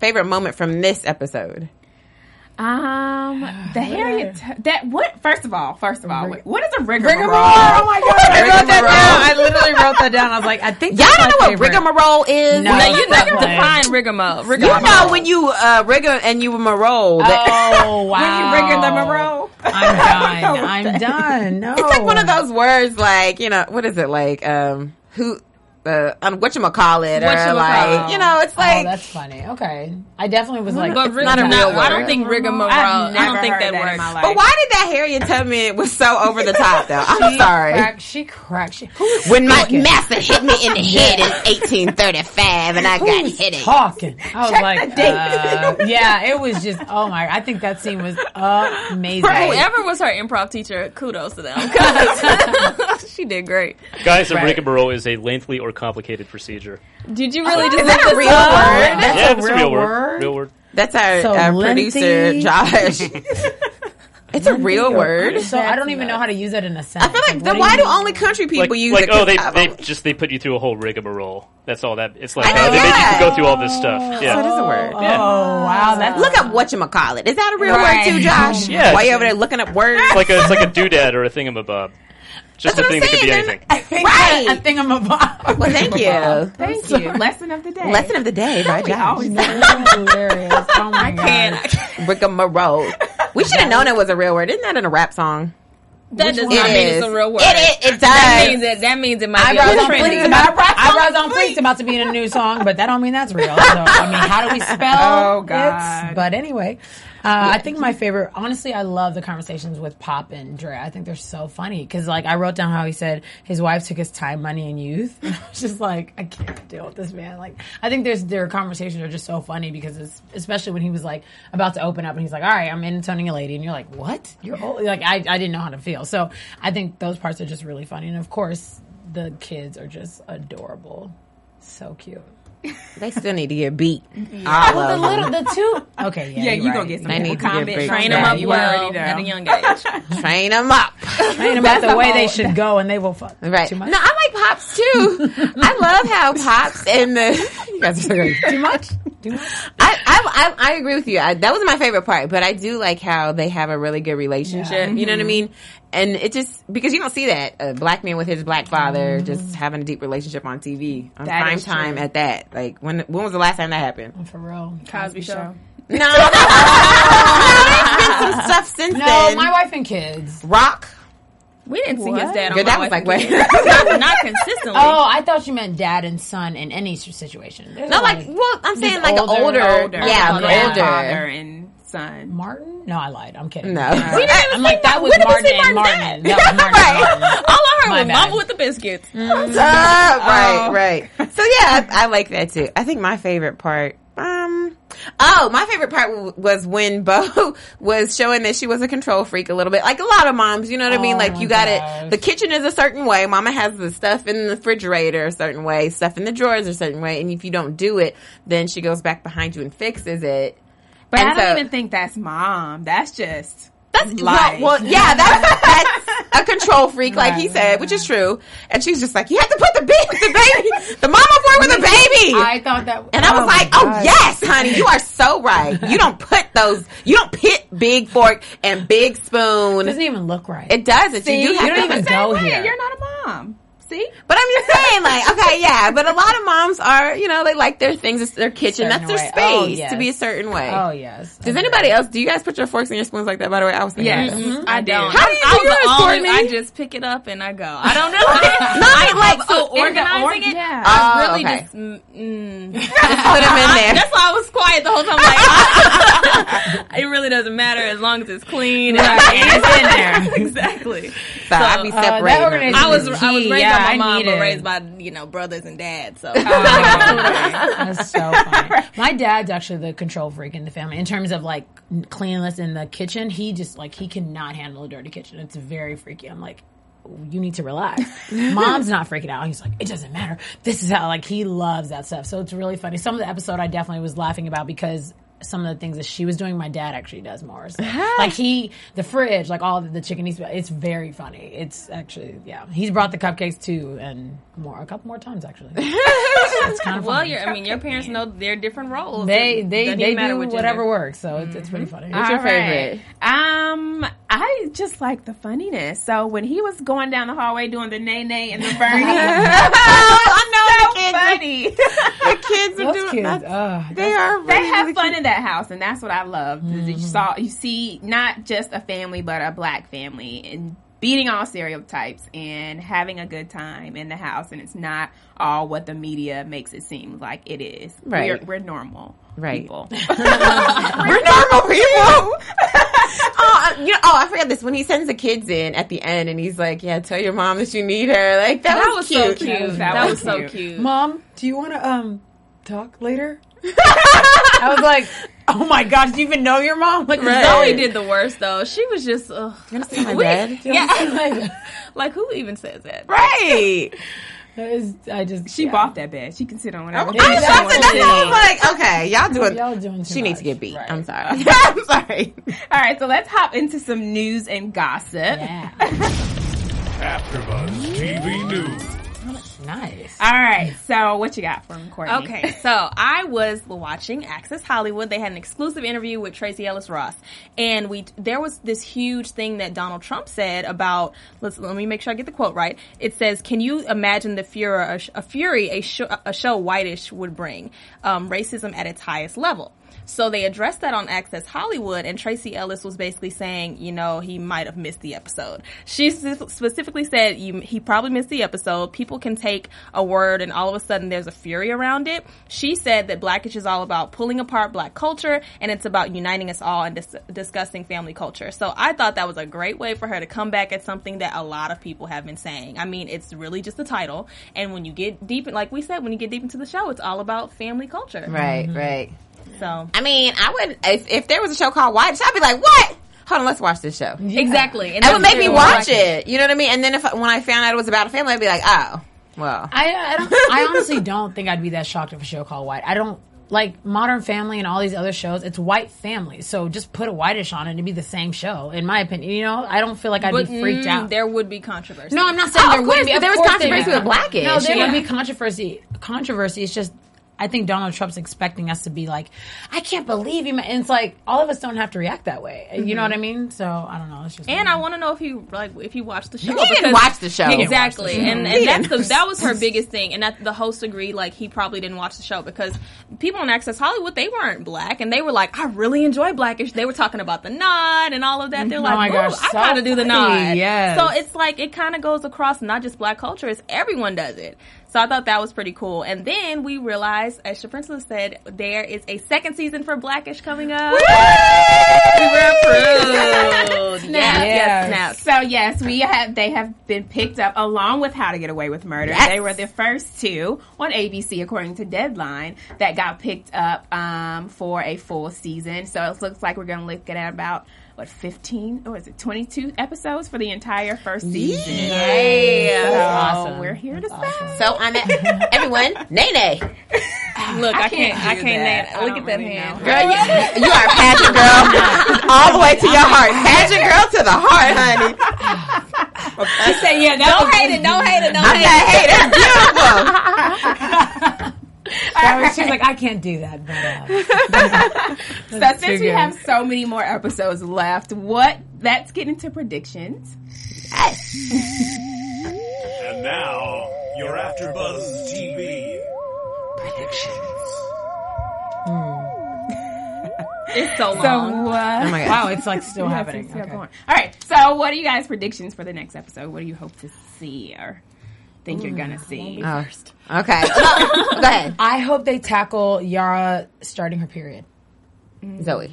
[SPEAKER 4] favorite moment from this episode?
[SPEAKER 1] Um, the Harriet. that what? First of all, first of all, wait, what is a rigmarole?
[SPEAKER 4] Oh my god! I wrote that down.
[SPEAKER 6] I literally wrote that down. I was like, I think
[SPEAKER 4] Y'all
[SPEAKER 6] that's
[SPEAKER 4] don't
[SPEAKER 6] my
[SPEAKER 4] know what
[SPEAKER 6] favorite.
[SPEAKER 4] rigmarole is.
[SPEAKER 3] No,
[SPEAKER 5] you
[SPEAKER 3] that's
[SPEAKER 5] know,
[SPEAKER 3] what-
[SPEAKER 5] define rigmarole.
[SPEAKER 4] You
[SPEAKER 5] Rigmarole.
[SPEAKER 4] know when you uh, rigor and you marole. *laughs* That,
[SPEAKER 3] *laughs* Oh wow!
[SPEAKER 1] Bringing them
[SPEAKER 4] *laughs*
[SPEAKER 1] a roll.
[SPEAKER 3] I'm done. I'm done. No,
[SPEAKER 4] It's like one of
[SPEAKER 3] Oh.
[SPEAKER 4] those words, like you know, what is it like? Um, who? Uh, what you call it? Or like you know, it's
[SPEAKER 3] Oh,
[SPEAKER 4] like
[SPEAKER 3] that's funny. Okay, I definitely was *laughs* like,
[SPEAKER 5] But
[SPEAKER 3] it's
[SPEAKER 5] not
[SPEAKER 4] a real
[SPEAKER 5] I
[SPEAKER 4] word.
[SPEAKER 5] don't think rigmarole. I don't think that, works. Oh,
[SPEAKER 4] But why did that Harriet Tubman was so over the top though? I'm
[SPEAKER 3] she
[SPEAKER 4] sorry.
[SPEAKER 3] Cracked, she cracked. She
[SPEAKER 4] When my master hit me
[SPEAKER 3] *laughs*
[SPEAKER 4] in the head in 1835, and I got hit. it.
[SPEAKER 3] talking. I was like, uh, yeah, it was just. Oh my! I think that scene was amazing.
[SPEAKER 5] Whoever was her improv teacher, kudos to them. 'Cause she did great.
[SPEAKER 7] Guys, a rigmarole is a lengthy or complicated procedure.
[SPEAKER 5] Did you really just
[SPEAKER 4] Is that a real word?
[SPEAKER 7] yeah, that's a real word. Real word.
[SPEAKER 4] That's our,
[SPEAKER 3] So
[SPEAKER 4] our
[SPEAKER 3] lengthy.
[SPEAKER 4] producer
[SPEAKER 3] *laughs*
[SPEAKER 4] Josh. it's a real word.
[SPEAKER 3] So I don't even know how to use that in a
[SPEAKER 4] I
[SPEAKER 3] sentence.
[SPEAKER 4] feel like
[SPEAKER 3] what
[SPEAKER 4] then
[SPEAKER 3] do
[SPEAKER 4] why
[SPEAKER 3] you-
[SPEAKER 4] do only country people
[SPEAKER 7] like,
[SPEAKER 4] use
[SPEAKER 7] like,
[SPEAKER 4] it?
[SPEAKER 7] oh,
[SPEAKER 4] 'Cause
[SPEAKER 7] they,
[SPEAKER 4] I've
[SPEAKER 7] they
[SPEAKER 4] only-
[SPEAKER 7] just they put you through a whole rigmarole. That's all that. It's like
[SPEAKER 4] I know,
[SPEAKER 7] uh, they make
[SPEAKER 4] yeah.
[SPEAKER 7] you go through all this stuff. Yeah,
[SPEAKER 4] So it is a word.
[SPEAKER 7] yeah.
[SPEAKER 3] Oh wow, that's
[SPEAKER 4] Look up whatchamacallit. Is that a real
[SPEAKER 5] Right.
[SPEAKER 4] word too,
[SPEAKER 7] *laughs*
[SPEAKER 4] Josh?
[SPEAKER 7] Yeah.
[SPEAKER 4] Why you over there looking up words?
[SPEAKER 7] It's like a, it's like a doodad or a thingamabob. Just a
[SPEAKER 4] what
[SPEAKER 7] thing
[SPEAKER 4] I'm
[SPEAKER 7] that could be
[SPEAKER 4] saying,
[SPEAKER 7] anything.
[SPEAKER 4] right.
[SPEAKER 3] I think I'm a bob.
[SPEAKER 4] well,
[SPEAKER 3] *laughs*
[SPEAKER 4] thank you.
[SPEAKER 1] Thank you. Lesson of the day.
[SPEAKER 4] Lesson of the day, right, Josh?
[SPEAKER 3] hilarious. Oh my god.
[SPEAKER 4] Rigmarole. We should have known it was a real word. Isn't that in a rap song?
[SPEAKER 5] That does
[SPEAKER 4] It
[SPEAKER 5] not mean it's
[SPEAKER 4] is.
[SPEAKER 5] a real word.
[SPEAKER 4] It, it, it
[SPEAKER 5] That means
[SPEAKER 4] does.
[SPEAKER 5] it. That means it might
[SPEAKER 4] Eyebrows
[SPEAKER 5] be a
[SPEAKER 4] on
[SPEAKER 5] trendy.
[SPEAKER 4] fleek.
[SPEAKER 3] Eyebrows on fleek about to be in a new song, but that don't mean that's real. So I mean, how do we spell?
[SPEAKER 1] Oh, God.
[SPEAKER 3] It? But anyway, uh, I think my favorite. Honestly, I love the conversations with Pop and Dre. I think they're so funny because like I wrote down how he said his wife took his time, money, and youth. *laughs* And I was just like, I can't deal with this man. Like I think there's their conversations are just so funny because it's especially when he was like about to open up and he's like, all right, I'm intoning a lady, and you're like, what? You're old. like I I didn't know how to feel. So I think those parts are just really funny, and of course the kids are just adorable. So cute.
[SPEAKER 4] They still need to get beat. All
[SPEAKER 3] The
[SPEAKER 4] of
[SPEAKER 3] little,
[SPEAKER 4] them.
[SPEAKER 3] the two. *laughs* Okay, yeah,
[SPEAKER 1] Yeah,
[SPEAKER 3] you're
[SPEAKER 1] you gonna
[SPEAKER 3] right.
[SPEAKER 1] get some
[SPEAKER 4] They
[SPEAKER 1] people
[SPEAKER 4] need to get
[SPEAKER 1] comment
[SPEAKER 4] big.
[SPEAKER 1] from
[SPEAKER 5] Train
[SPEAKER 4] Yeah,
[SPEAKER 5] them
[SPEAKER 1] that.
[SPEAKER 5] up
[SPEAKER 1] You
[SPEAKER 5] well
[SPEAKER 1] already know.
[SPEAKER 5] at a young age.
[SPEAKER 4] Train them up.
[SPEAKER 3] Ain't about the way they should go, and they will fuck.
[SPEAKER 4] Right.
[SPEAKER 3] Too
[SPEAKER 4] No,
[SPEAKER 3] much.
[SPEAKER 4] I like Pops
[SPEAKER 5] *laughs*
[SPEAKER 4] too. I love how Pops and the. You guys are so good.
[SPEAKER 3] Too much.
[SPEAKER 4] *laughs*
[SPEAKER 3] *laughs* Too much.
[SPEAKER 4] I, I, I I agree with you. I, that was my favorite part, but I do like how they have a really good relationship. You know what I mean? And it just because you don't see that a black man with his black father just having a deep relationship on TV on prime
[SPEAKER 1] is
[SPEAKER 4] time at that. Like when when was the last time that *laughs* happened?
[SPEAKER 3] For real.
[SPEAKER 5] Cosby Show.
[SPEAKER 4] No, no, no, there's been *laughs* some stuff since
[SPEAKER 3] No,
[SPEAKER 4] then.
[SPEAKER 3] Oh, my wife and kids.
[SPEAKER 4] Rock.
[SPEAKER 5] We didn't see his dad on
[SPEAKER 4] Your
[SPEAKER 5] my
[SPEAKER 4] dad was
[SPEAKER 5] Wife
[SPEAKER 4] like,
[SPEAKER 5] and
[SPEAKER 4] wait. *laughs*
[SPEAKER 5] Kids. *laughs* not consistently.
[SPEAKER 3] Oh, I thought you meant dad and son in any situation. There's a
[SPEAKER 4] Not
[SPEAKER 3] lot
[SPEAKER 4] like
[SPEAKER 3] of-
[SPEAKER 4] well, I'm saying like an
[SPEAKER 3] older-
[SPEAKER 4] older,
[SPEAKER 3] older.
[SPEAKER 4] yeah, older.
[SPEAKER 3] Older
[SPEAKER 1] Grandfather and son.
[SPEAKER 3] Martin? No, I lied. I'm kidding.
[SPEAKER 4] No.
[SPEAKER 3] We didn't even I'm like, that was
[SPEAKER 5] when did we
[SPEAKER 3] Martin
[SPEAKER 5] say
[SPEAKER 3] and
[SPEAKER 5] Martin
[SPEAKER 3] Martin.
[SPEAKER 4] *laughs*
[SPEAKER 3] That was Martin and Martin.
[SPEAKER 5] All I heard
[SPEAKER 3] My
[SPEAKER 5] was
[SPEAKER 3] bad.
[SPEAKER 5] mama with the biscuits.
[SPEAKER 3] Oh.
[SPEAKER 4] Ah, right, right. So yeah, I, I like that too. I think my favorite part. Um, oh, my favorite part w- was when Bo *laughs* was showing that she was a control freak a little bit, like a lot of moms. You know what I mean?
[SPEAKER 3] Oh,
[SPEAKER 4] Like
[SPEAKER 3] my
[SPEAKER 4] you got
[SPEAKER 3] gosh.
[SPEAKER 4] it. The kitchen is a certain way. Mama has the stuff in the refrigerator a certain way, stuff in the drawers a certain way, and if you don't do it, then she goes back behind you and fixes it.
[SPEAKER 1] But I
[SPEAKER 4] And
[SPEAKER 1] don't
[SPEAKER 4] so-
[SPEAKER 1] even think that's mom. That's just
[SPEAKER 4] That's
[SPEAKER 1] Life.
[SPEAKER 4] Well, well, yeah, that's, that's a control freak, like he said, which is true. And she's just like, you have to put the baby, the baby, the mama boy with the baby.
[SPEAKER 3] I thought that.
[SPEAKER 4] and I was like, oh yes, honey, you are so right. You don't put those, you don't pit big fork and big
[SPEAKER 3] it doesn't
[SPEAKER 4] spoon.
[SPEAKER 3] even look right.
[SPEAKER 4] It doesn't.
[SPEAKER 3] See,
[SPEAKER 4] you do
[SPEAKER 3] you
[SPEAKER 4] have
[SPEAKER 3] don't
[SPEAKER 4] to
[SPEAKER 3] even go here.
[SPEAKER 1] you're not a mom. See?
[SPEAKER 4] But I'm just saying, like, okay, yeah. But a lot of moms are, you know, they like their things, it's their kitchen,
[SPEAKER 3] Certain
[SPEAKER 4] that's their
[SPEAKER 3] way.
[SPEAKER 4] space
[SPEAKER 3] Oh,
[SPEAKER 4] to be a certain way.
[SPEAKER 3] oh yes.
[SPEAKER 4] Does anybody else? Do you guys put your forks and your spoons like that? By the way, I was thinking.
[SPEAKER 5] Yes,
[SPEAKER 4] that.
[SPEAKER 5] I don't.
[SPEAKER 4] How do you
[SPEAKER 5] I'm-
[SPEAKER 4] do yours,
[SPEAKER 5] I'm the only-
[SPEAKER 4] Courtney?
[SPEAKER 5] I just pick it up and I go. I don't know. I,
[SPEAKER 4] Not like
[SPEAKER 5] oh,
[SPEAKER 4] so in the
[SPEAKER 5] organizing
[SPEAKER 1] or-
[SPEAKER 5] it.
[SPEAKER 1] yeah.
[SPEAKER 4] *laughs* Oh,
[SPEAKER 5] I really
[SPEAKER 4] *laughs* okay.
[SPEAKER 5] just. Mm, mm.
[SPEAKER 4] put them in
[SPEAKER 3] *laughs*
[SPEAKER 4] there.
[SPEAKER 5] That's why I was quiet the whole time. I'm Like, *laughs* it really doesn't matter as long as it's clean and it's *laughs*
[SPEAKER 3] *laughs*
[SPEAKER 5] in there. exactly.
[SPEAKER 4] So, I'd be
[SPEAKER 5] So, uh,
[SPEAKER 4] separating.
[SPEAKER 3] that
[SPEAKER 4] them.
[SPEAKER 3] organization-
[SPEAKER 5] I was I was
[SPEAKER 3] Gee,
[SPEAKER 5] raised
[SPEAKER 3] yeah,
[SPEAKER 5] by my
[SPEAKER 3] I
[SPEAKER 5] mom,
[SPEAKER 3] need
[SPEAKER 5] but
[SPEAKER 3] it.
[SPEAKER 5] raised by you know brothers and dad. So
[SPEAKER 3] *laughs* That's so funny. My dad's actually the control freak in the family in terms of like cleanliness in the kitchen. He just like he cannot handle a dirty kitchen. It's very freaky. I'm like, you need
[SPEAKER 5] *laughs*
[SPEAKER 3] to relax. Mom's not freaking out. He's like, it doesn't matter. This is how like he loves that stuff. So it's really funny. Some of the episode I definitely was laughing about because. Some of the things that she was doing, my dad actually does more. So. like he, the fridge, like all the chicken, he's, it's very funny. It's actually, yeah. He's brought the cupcakes too, and more, a couple more times
[SPEAKER 5] *laughs*
[SPEAKER 3] actually. it's kind
[SPEAKER 5] *laughs*
[SPEAKER 3] of
[SPEAKER 5] well,
[SPEAKER 3] funny.
[SPEAKER 5] your I mean your parents know their different roles.
[SPEAKER 3] They
[SPEAKER 5] It
[SPEAKER 3] they
[SPEAKER 5] doesn't
[SPEAKER 3] they
[SPEAKER 5] matter
[SPEAKER 3] do
[SPEAKER 5] what gender. Mm-hmm.
[SPEAKER 3] whatever works, so it's, it's pretty funny.
[SPEAKER 4] What's your
[SPEAKER 1] All right.
[SPEAKER 4] favorite?
[SPEAKER 1] Um, I just like the funniness. So when he was going down the hallway doing the nay nay and the Bernie, *laughs* I know so funny.
[SPEAKER 4] The kids are
[SPEAKER 3] Those
[SPEAKER 4] doing.
[SPEAKER 3] kids,
[SPEAKER 4] that's-
[SPEAKER 3] ugh,
[SPEAKER 4] they are.
[SPEAKER 1] they
[SPEAKER 4] really
[SPEAKER 1] have
[SPEAKER 4] cute.
[SPEAKER 1] fun in that house, and that's what I love. is that You saw, you see, not just a family, but a black family, and beating all stereotypes and having a good time in the house, and it's not all what the media makes it seem like it is.
[SPEAKER 4] Right.
[SPEAKER 1] we're, we're normal
[SPEAKER 4] Right.
[SPEAKER 1] people.
[SPEAKER 4] We're normal *laughs* people. oh, I- you know, oh, I forgot this. When he sends the kids in at the end, and he's like, "Yeah, tell your mom that you need her." Like that,
[SPEAKER 5] That was so
[SPEAKER 4] cute.
[SPEAKER 5] cute.
[SPEAKER 1] That
[SPEAKER 5] That
[SPEAKER 1] was
[SPEAKER 5] was so
[SPEAKER 1] cute.
[SPEAKER 5] cute.
[SPEAKER 3] Mom, do you want to um talk later? *laughs* I was like, oh my gosh, do you even know your mom? Like
[SPEAKER 5] Zoe did the worst though. She was just ugh.
[SPEAKER 4] See my dad.
[SPEAKER 3] *laughs*
[SPEAKER 5] yeah. like who even says that?
[SPEAKER 4] Right.
[SPEAKER 3] That is- I just
[SPEAKER 1] She
[SPEAKER 3] yeah.
[SPEAKER 1] bought that bed. She can sit on
[SPEAKER 4] *laughs*
[SPEAKER 1] whatever.
[SPEAKER 4] I was about to- that's
[SPEAKER 3] Exactly.
[SPEAKER 4] why I was like, okay, y'all doing.
[SPEAKER 3] Y'all doing too
[SPEAKER 4] she needs to
[SPEAKER 3] much.
[SPEAKER 4] get beat.
[SPEAKER 3] Right.
[SPEAKER 4] I'm sorry. *laughs* I'm sorry.
[SPEAKER 1] All right, so let's hop into some news and gossip.
[SPEAKER 3] Yeah,
[SPEAKER 8] AfterBuzz TV News.
[SPEAKER 3] nice.
[SPEAKER 1] All right, so what you got from Courtney? *laughs*
[SPEAKER 5] Okay, so I was watching Access Hollywood. They had an exclusive interview with Tracy Ellis Ross, and we there was this huge thing that Donald Trump said about. Let's let me make sure I get the quote right. It says, "Can you imagine the furor a, sh- a fury a, sh- a show Whitish would bring? Um, racism at its highest level." So they addressed that on Access Hollywood, and Tracy Ellis was basically saying, you know, he might have missed the episode. She sp- specifically said you, he probably missed the episode. People can take a word, and all of a sudden there's a fury around it. She said that Blackish is all about pulling apart Black culture, and it's about uniting us all and dis- discussing family culture. So I thought that was a great way for her to come back at something that a lot of people have been saying. I mean, it's really just the title, and when you get deep, in, like we said, when you get deep into the show, it's all about family culture.
[SPEAKER 4] Right. Right.
[SPEAKER 5] So
[SPEAKER 4] I mean, I would if if there was a show called Watch, I'd be like, what? Hold on, let's watch this show.
[SPEAKER 5] Exactly. And
[SPEAKER 4] That
[SPEAKER 5] that's
[SPEAKER 4] would make
[SPEAKER 5] really
[SPEAKER 4] me
[SPEAKER 5] what I
[SPEAKER 4] watch
[SPEAKER 5] like.
[SPEAKER 4] it. You know what I mean? And then if when I found out it was about a family, I'd be like, oh, well.
[SPEAKER 3] I I, don't, I honestly don't think I'd be that shocked if a show called White. I don't like Modern Family and all these other shows. It's white families, so just put a whitish on it and it'd be the same show. In my opinion, you know, I don't feel like I'd
[SPEAKER 5] But
[SPEAKER 3] be freaked
[SPEAKER 5] mm,
[SPEAKER 3] out.
[SPEAKER 5] There would be controversy.
[SPEAKER 3] No, I'm not saying
[SPEAKER 4] Oh,
[SPEAKER 3] there
[SPEAKER 4] of
[SPEAKER 3] wouldn't
[SPEAKER 4] course,
[SPEAKER 3] be.
[SPEAKER 4] but
[SPEAKER 3] Of
[SPEAKER 4] there was
[SPEAKER 3] course
[SPEAKER 4] controversy
[SPEAKER 3] there-
[SPEAKER 4] with Blackish.
[SPEAKER 3] No, there
[SPEAKER 4] Yeah.
[SPEAKER 3] would be controversy. Controversy. It's just I think Donald Trump's expecting us to be like, I can't believe him. And it's like all of us don't have to react that way. You know what I mean? So I don't know. It's just
[SPEAKER 5] And I want to know if you like if you watched the show.
[SPEAKER 4] didn't
[SPEAKER 5] because-
[SPEAKER 4] watch the show. He didn't *laughs* watch
[SPEAKER 5] exactly, and, and that's the, that was her biggest thing. And that the host agreed, like he probably didn't watch the show because people on Access Hollywood they weren't black, and they were like, I really enjoy Blackish. They were talking about the nod and all of that. They're
[SPEAKER 3] Oh
[SPEAKER 5] like,
[SPEAKER 3] my gosh,
[SPEAKER 5] "Ooh, I
[SPEAKER 3] so
[SPEAKER 5] gotta do the
[SPEAKER 3] funny,
[SPEAKER 5] nod.
[SPEAKER 3] yes.
[SPEAKER 5] So it's like it kind of goes across not just black culture; it's everyone does it. So I thought that was pretty cool. And then we realized, as Shaprinsla said, there is a second season for Blackish coming up.
[SPEAKER 1] So yes, we have. They have been picked up along with How to Get Away with Murder.
[SPEAKER 4] Yes.
[SPEAKER 1] They were the first two on ABC, according to Deadline, that got picked up um, for a full season. So it looks like we're going to look at about what fifteen or is it twenty two episodes for the entire first season. So
[SPEAKER 4] Yeah.
[SPEAKER 1] we're here to say.
[SPEAKER 4] So I'm
[SPEAKER 3] *laughs*
[SPEAKER 4] at everyone. Nay, nay.
[SPEAKER 5] Look, I can't. I
[SPEAKER 1] do
[SPEAKER 5] can't.
[SPEAKER 1] that.
[SPEAKER 5] name-
[SPEAKER 1] I
[SPEAKER 5] Look
[SPEAKER 1] don't
[SPEAKER 5] at that
[SPEAKER 1] really
[SPEAKER 5] hand.
[SPEAKER 4] Girl, you, you are a pageant girl
[SPEAKER 3] *laughs*
[SPEAKER 4] all the way to your heart. Pageant girl to the heart, honey.
[SPEAKER 5] I say, yeah. Don't hate it. Don't hate it. Don't
[SPEAKER 4] I'm
[SPEAKER 5] hate
[SPEAKER 4] not hey, that's beautiful.
[SPEAKER 3] That was, she was like, *laughs* I can't do that. But, uh,
[SPEAKER 1] So since we have so many more episodes left, what? Let's get into predictions. *laughs*
[SPEAKER 8] And now, your After Buzz TV.
[SPEAKER 5] it. So
[SPEAKER 1] So
[SPEAKER 5] long.
[SPEAKER 3] *laughs*
[SPEAKER 1] what?
[SPEAKER 3] wow, it's like
[SPEAKER 1] *laughs*
[SPEAKER 3] still happening.
[SPEAKER 1] Still
[SPEAKER 3] Okay.
[SPEAKER 1] going. All right. So, what are you guys' predictions for the next episode? What do you hope to see or think you're gonna see?
[SPEAKER 4] First. Okay. Go
[SPEAKER 3] *laughs*
[SPEAKER 4] ahead.
[SPEAKER 3] I hope they tackle Yara starting her period.
[SPEAKER 4] Zoe.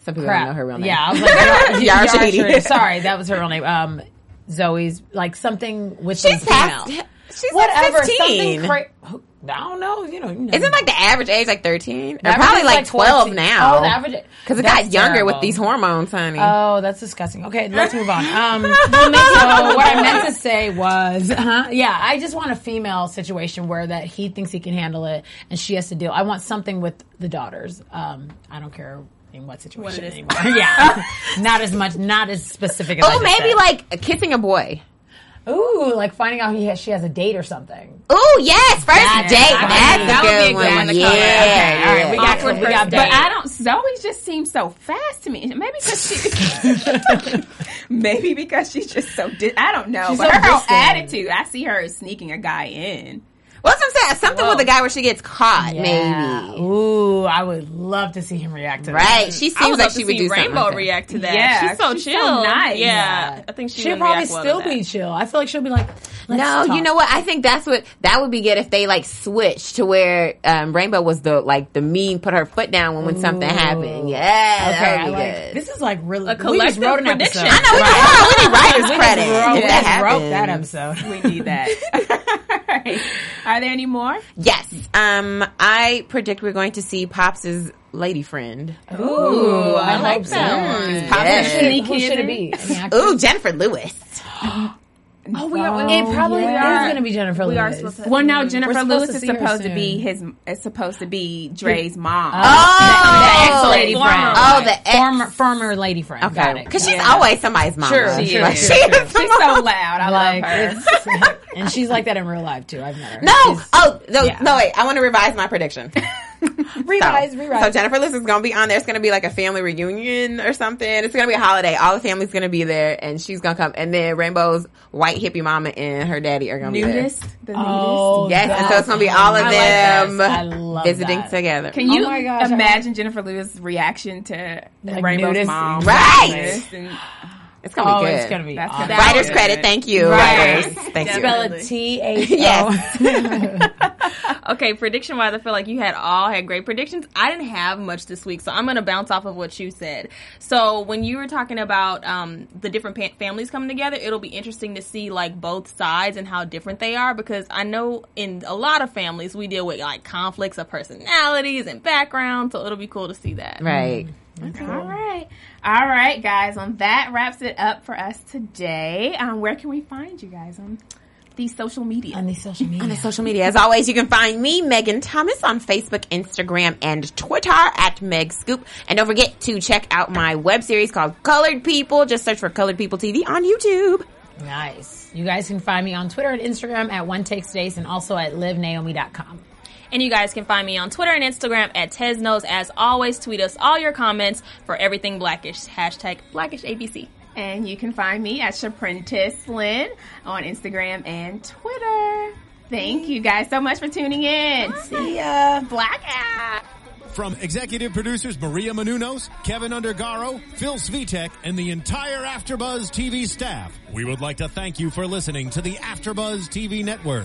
[SPEAKER 4] Some people
[SPEAKER 3] Crap.
[SPEAKER 4] don't know her real name.
[SPEAKER 3] Yeah,
[SPEAKER 4] *laughs*
[SPEAKER 3] I was like, Yara,
[SPEAKER 4] Yara
[SPEAKER 3] Yara
[SPEAKER 4] Shahidi. *laughs*
[SPEAKER 3] Shahidi. Sorry, that was her real name. Um, Zoe's like something with
[SPEAKER 4] She's
[SPEAKER 3] the female.
[SPEAKER 4] past. She's
[SPEAKER 3] Whatever.
[SPEAKER 4] like 15.
[SPEAKER 3] Something cra- I don't know. You know. You know.
[SPEAKER 4] Isn't like the average age like 13? Or
[SPEAKER 3] The average
[SPEAKER 4] probably
[SPEAKER 3] is,
[SPEAKER 4] like,
[SPEAKER 3] like,
[SPEAKER 4] 12
[SPEAKER 3] 14.
[SPEAKER 4] now.
[SPEAKER 3] Oh, the average-
[SPEAKER 4] Because it
[SPEAKER 3] that's
[SPEAKER 4] got younger
[SPEAKER 3] terrible.
[SPEAKER 4] with these hormones, honey.
[SPEAKER 3] Oh, that's disgusting. Okay, let's move on.
[SPEAKER 4] *laughs*
[SPEAKER 3] Um, so what I meant to say was, uh yeah, I just want a female situation where that he thinks he can handle it and she has to deal. I want something with the daughters. Um, I don't care in what situation anymore. *laughs* yeah, not as much, not as specific. As I
[SPEAKER 4] oh,
[SPEAKER 3] just
[SPEAKER 4] maybe
[SPEAKER 3] said.
[SPEAKER 4] like kissing a boy.
[SPEAKER 3] ooh, like finding out he has, she has a date or something.
[SPEAKER 4] Oh, yes. First date.
[SPEAKER 3] I-
[SPEAKER 4] That's
[SPEAKER 3] that
[SPEAKER 4] a
[SPEAKER 3] would
[SPEAKER 4] good,
[SPEAKER 3] be a good
[SPEAKER 4] one.
[SPEAKER 3] one to
[SPEAKER 4] Yeah.
[SPEAKER 3] cover. Okay, all right,
[SPEAKER 4] yeah.
[SPEAKER 3] we got
[SPEAKER 5] Awkward
[SPEAKER 3] we got
[SPEAKER 5] first
[SPEAKER 3] date.
[SPEAKER 1] But I don't. Zoe just seems so fast to me. Maybe because she. *laughs* maybe because she's just so. Di- I don't know.
[SPEAKER 3] She's
[SPEAKER 1] but
[SPEAKER 3] so
[SPEAKER 1] her whole
[SPEAKER 3] distant.
[SPEAKER 1] attitude. I see her sneaking a guy in.
[SPEAKER 4] Well, that's what I'm saying. Something with a guy where she gets caught,
[SPEAKER 3] Yeah.
[SPEAKER 4] maybe.
[SPEAKER 3] Ooh, I would love to see him react to that.
[SPEAKER 4] Right. She
[SPEAKER 5] I
[SPEAKER 4] seems
[SPEAKER 5] was
[SPEAKER 4] like
[SPEAKER 5] like
[SPEAKER 4] she
[SPEAKER 5] to
[SPEAKER 4] would
[SPEAKER 5] see
[SPEAKER 4] do something.
[SPEAKER 5] Rainbow
[SPEAKER 4] like that.
[SPEAKER 5] react to that.
[SPEAKER 1] Yeah,
[SPEAKER 5] she's so
[SPEAKER 1] she's so
[SPEAKER 5] chill.
[SPEAKER 1] nice.
[SPEAKER 5] Yeah. I think she
[SPEAKER 3] She'll
[SPEAKER 5] would
[SPEAKER 3] probably
[SPEAKER 5] react well
[SPEAKER 3] still
[SPEAKER 5] to that.
[SPEAKER 3] be chill. I feel like she'll be like, Let's
[SPEAKER 4] No,
[SPEAKER 3] talk.
[SPEAKER 4] you know what? I think that's what that would be good if they like switched to where um, Rainbow was the like the mean put her foot down when, when something happened. Yeah,
[SPEAKER 3] Okay,
[SPEAKER 4] that
[SPEAKER 3] I
[SPEAKER 4] would be
[SPEAKER 3] like
[SPEAKER 4] good.
[SPEAKER 3] this is like really
[SPEAKER 5] A
[SPEAKER 3] we just wrote an
[SPEAKER 5] collective prediction.
[SPEAKER 3] episode.
[SPEAKER 4] I know we need writers credit.
[SPEAKER 3] We
[SPEAKER 4] if
[SPEAKER 3] just
[SPEAKER 4] that
[SPEAKER 3] wrote that
[SPEAKER 4] happens.
[SPEAKER 3] episode.
[SPEAKER 1] We
[SPEAKER 3] *laughs*
[SPEAKER 1] need that. All right. Are there any more?
[SPEAKER 4] Yes, um, I predict we're going to see Pops' lady friend.
[SPEAKER 3] Ooh, I, like
[SPEAKER 4] Mm,
[SPEAKER 3] Who should,
[SPEAKER 4] yes.
[SPEAKER 3] it- who should it be? I mean, I- *laughs*
[SPEAKER 4] Ooh, Jennifer Lewis.
[SPEAKER 1] Oh, we are.
[SPEAKER 3] it probably
[SPEAKER 1] yeah.
[SPEAKER 3] is going to be Jennifer
[SPEAKER 5] We are
[SPEAKER 3] Lewis.
[SPEAKER 5] supposed to-
[SPEAKER 1] Well, no,
[SPEAKER 5] We're
[SPEAKER 1] Jennifer
[SPEAKER 3] supposed
[SPEAKER 1] Lewis
[SPEAKER 3] to
[SPEAKER 1] is
[SPEAKER 3] see her
[SPEAKER 1] supposed to be
[SPEAKER 3] soon.
[SPEAKER 1] his. Is supposed to be Dre's mom.
[SPEAKER 4] Oh,
[SPEAKER 1] ex lady
[SPEAKER 5] former
[SPEAKER 1] friend.
[SPEAKER 4] Oh, the ex.
[SPEAKER 3] former former lady friend. Got it.
[SPEAKER 4] Because she's always somebody's mom.
[SPEAKER 3] Sure,
[SPEAKER 4] Like,
[SPEAKER 3] sure,
[SPEAKER 4] she
[SPEAKER 3] sure,
[SPEAKER 4] is
[SPEAKER 3] sure.
[SPEAKER 4] the
[SPEAKER 1] She's so loud. I
[SPEAKER 3] Like,
[SPEAKER 1] love her.
[SPEAKER 3] it's- *laughs* and she's like that in real life too. I've met her.
[SPEAKER 4] No. Oh, no, no, wait. I want to revise my
[SPEAKER 3] *laughs*
[SPEAKER 4] prediction.
[SPEAKER 3] revise,
[SPEAKER 4] so,
[SPEAKER 3] rewrite.
[SPEAKER 4] So Jennifer Lewis is going to be on there. It's going to be like a family reunion or something. It's going to be a holiday. All the family's going to be there and she's going to come. And then Rainbow's white hippie mama and her daddy are going to be there.
[SPEAKER 1] Nudist. The nudist.
[SPEAKER 3] oh,
[SPEAKER 4] Yes. And so it's going to be all of
[SPEAKER 3] I like
[SPEAKER 4] them
[SPEAKER 3] this. I love
[SPEAKER 4] visiting
[SPEAKER 3] that.
[SPEAKER 4] together.
[SPEAKER 1] Can you
[SPEAKER 3] Oh my gosh, I-
[SPEAKER 1] imagine Jennifer Lewis' reaction to
[SPEAKER 3] Like
[SPEAKER 1] Rainbow's
[SPEAKER 3] nudist-
[SPEAKER 1] mom?
[SPEAKER 4] Right.
[SPEAKER 1] Nudist and-
[SPEAKER 4] it's going to
[SPEAKER 3] Oh,
[SPEAKER 4] be good.
[SPEAKER 3] it's gonna be.
[SPEAKER 1] That's
[SPEAKER 3] awesome.
[SPEAKER 1] gonna-
[SPEAKER 4] Writer's
[SPEAKER 1] That-
[SPEAKER 4] credit. Thank you.
[SPEAKER 3] Right.
[SPEAKER 4] Writers. Thank you.
[SPEAKER 3] Spell it T H O.
[SPEAKER 4] *laughs* Yes.
[SPEAKER 5] Okay, prediction wise, I feel like you had all had great predictions. I didn't have much this week, so I'm gonna bounce off of what you said. So when you were talking about um, the different pa- families coming together, it'll be interesting to see like both sides and how different they are because I know in a lot of families we deal with like conflicts of personalities and backgrounds, so it'll be cool to see that.
[SPEAKER 4] Right.
[SPEAKER 1] All right. All right, guys. On that wraps it up for us today. Um, where can we find you guys on these social media?
[SPEAKER 3] on the social media.
[SPEAKER 4] On the social media, as always, you can find me, Megan Thomas, on Facebook, Instagram, and Twitter at Meg Scoop. And don't forget to check out my web series called Colored People. Just search for Colored People TV on YouTube.
[SPEAKER 3] Nice. You guys can find me on Twitter and Instagram at One Takes Days and also at livenaomi.com.
[SPEAKER 5] And you guys can find me on Twitter and Instagram at Tesnos. As always, tweet us all your comments for everything blackish. Hashtag blackish ABC.
[SPEAKER 1] And you can find me at Shaprentis Lynn on Instagram and Twitter. Thank you guys so much for tuning in. See ya. Blackout.
[SPEAKER 8] From executive producers Maria Manunos, Kevin Undergaro, Phil Svitek, and the entire Afterbuzz TV staff, we would like to thank you for listening to the Afterbuzz TV network.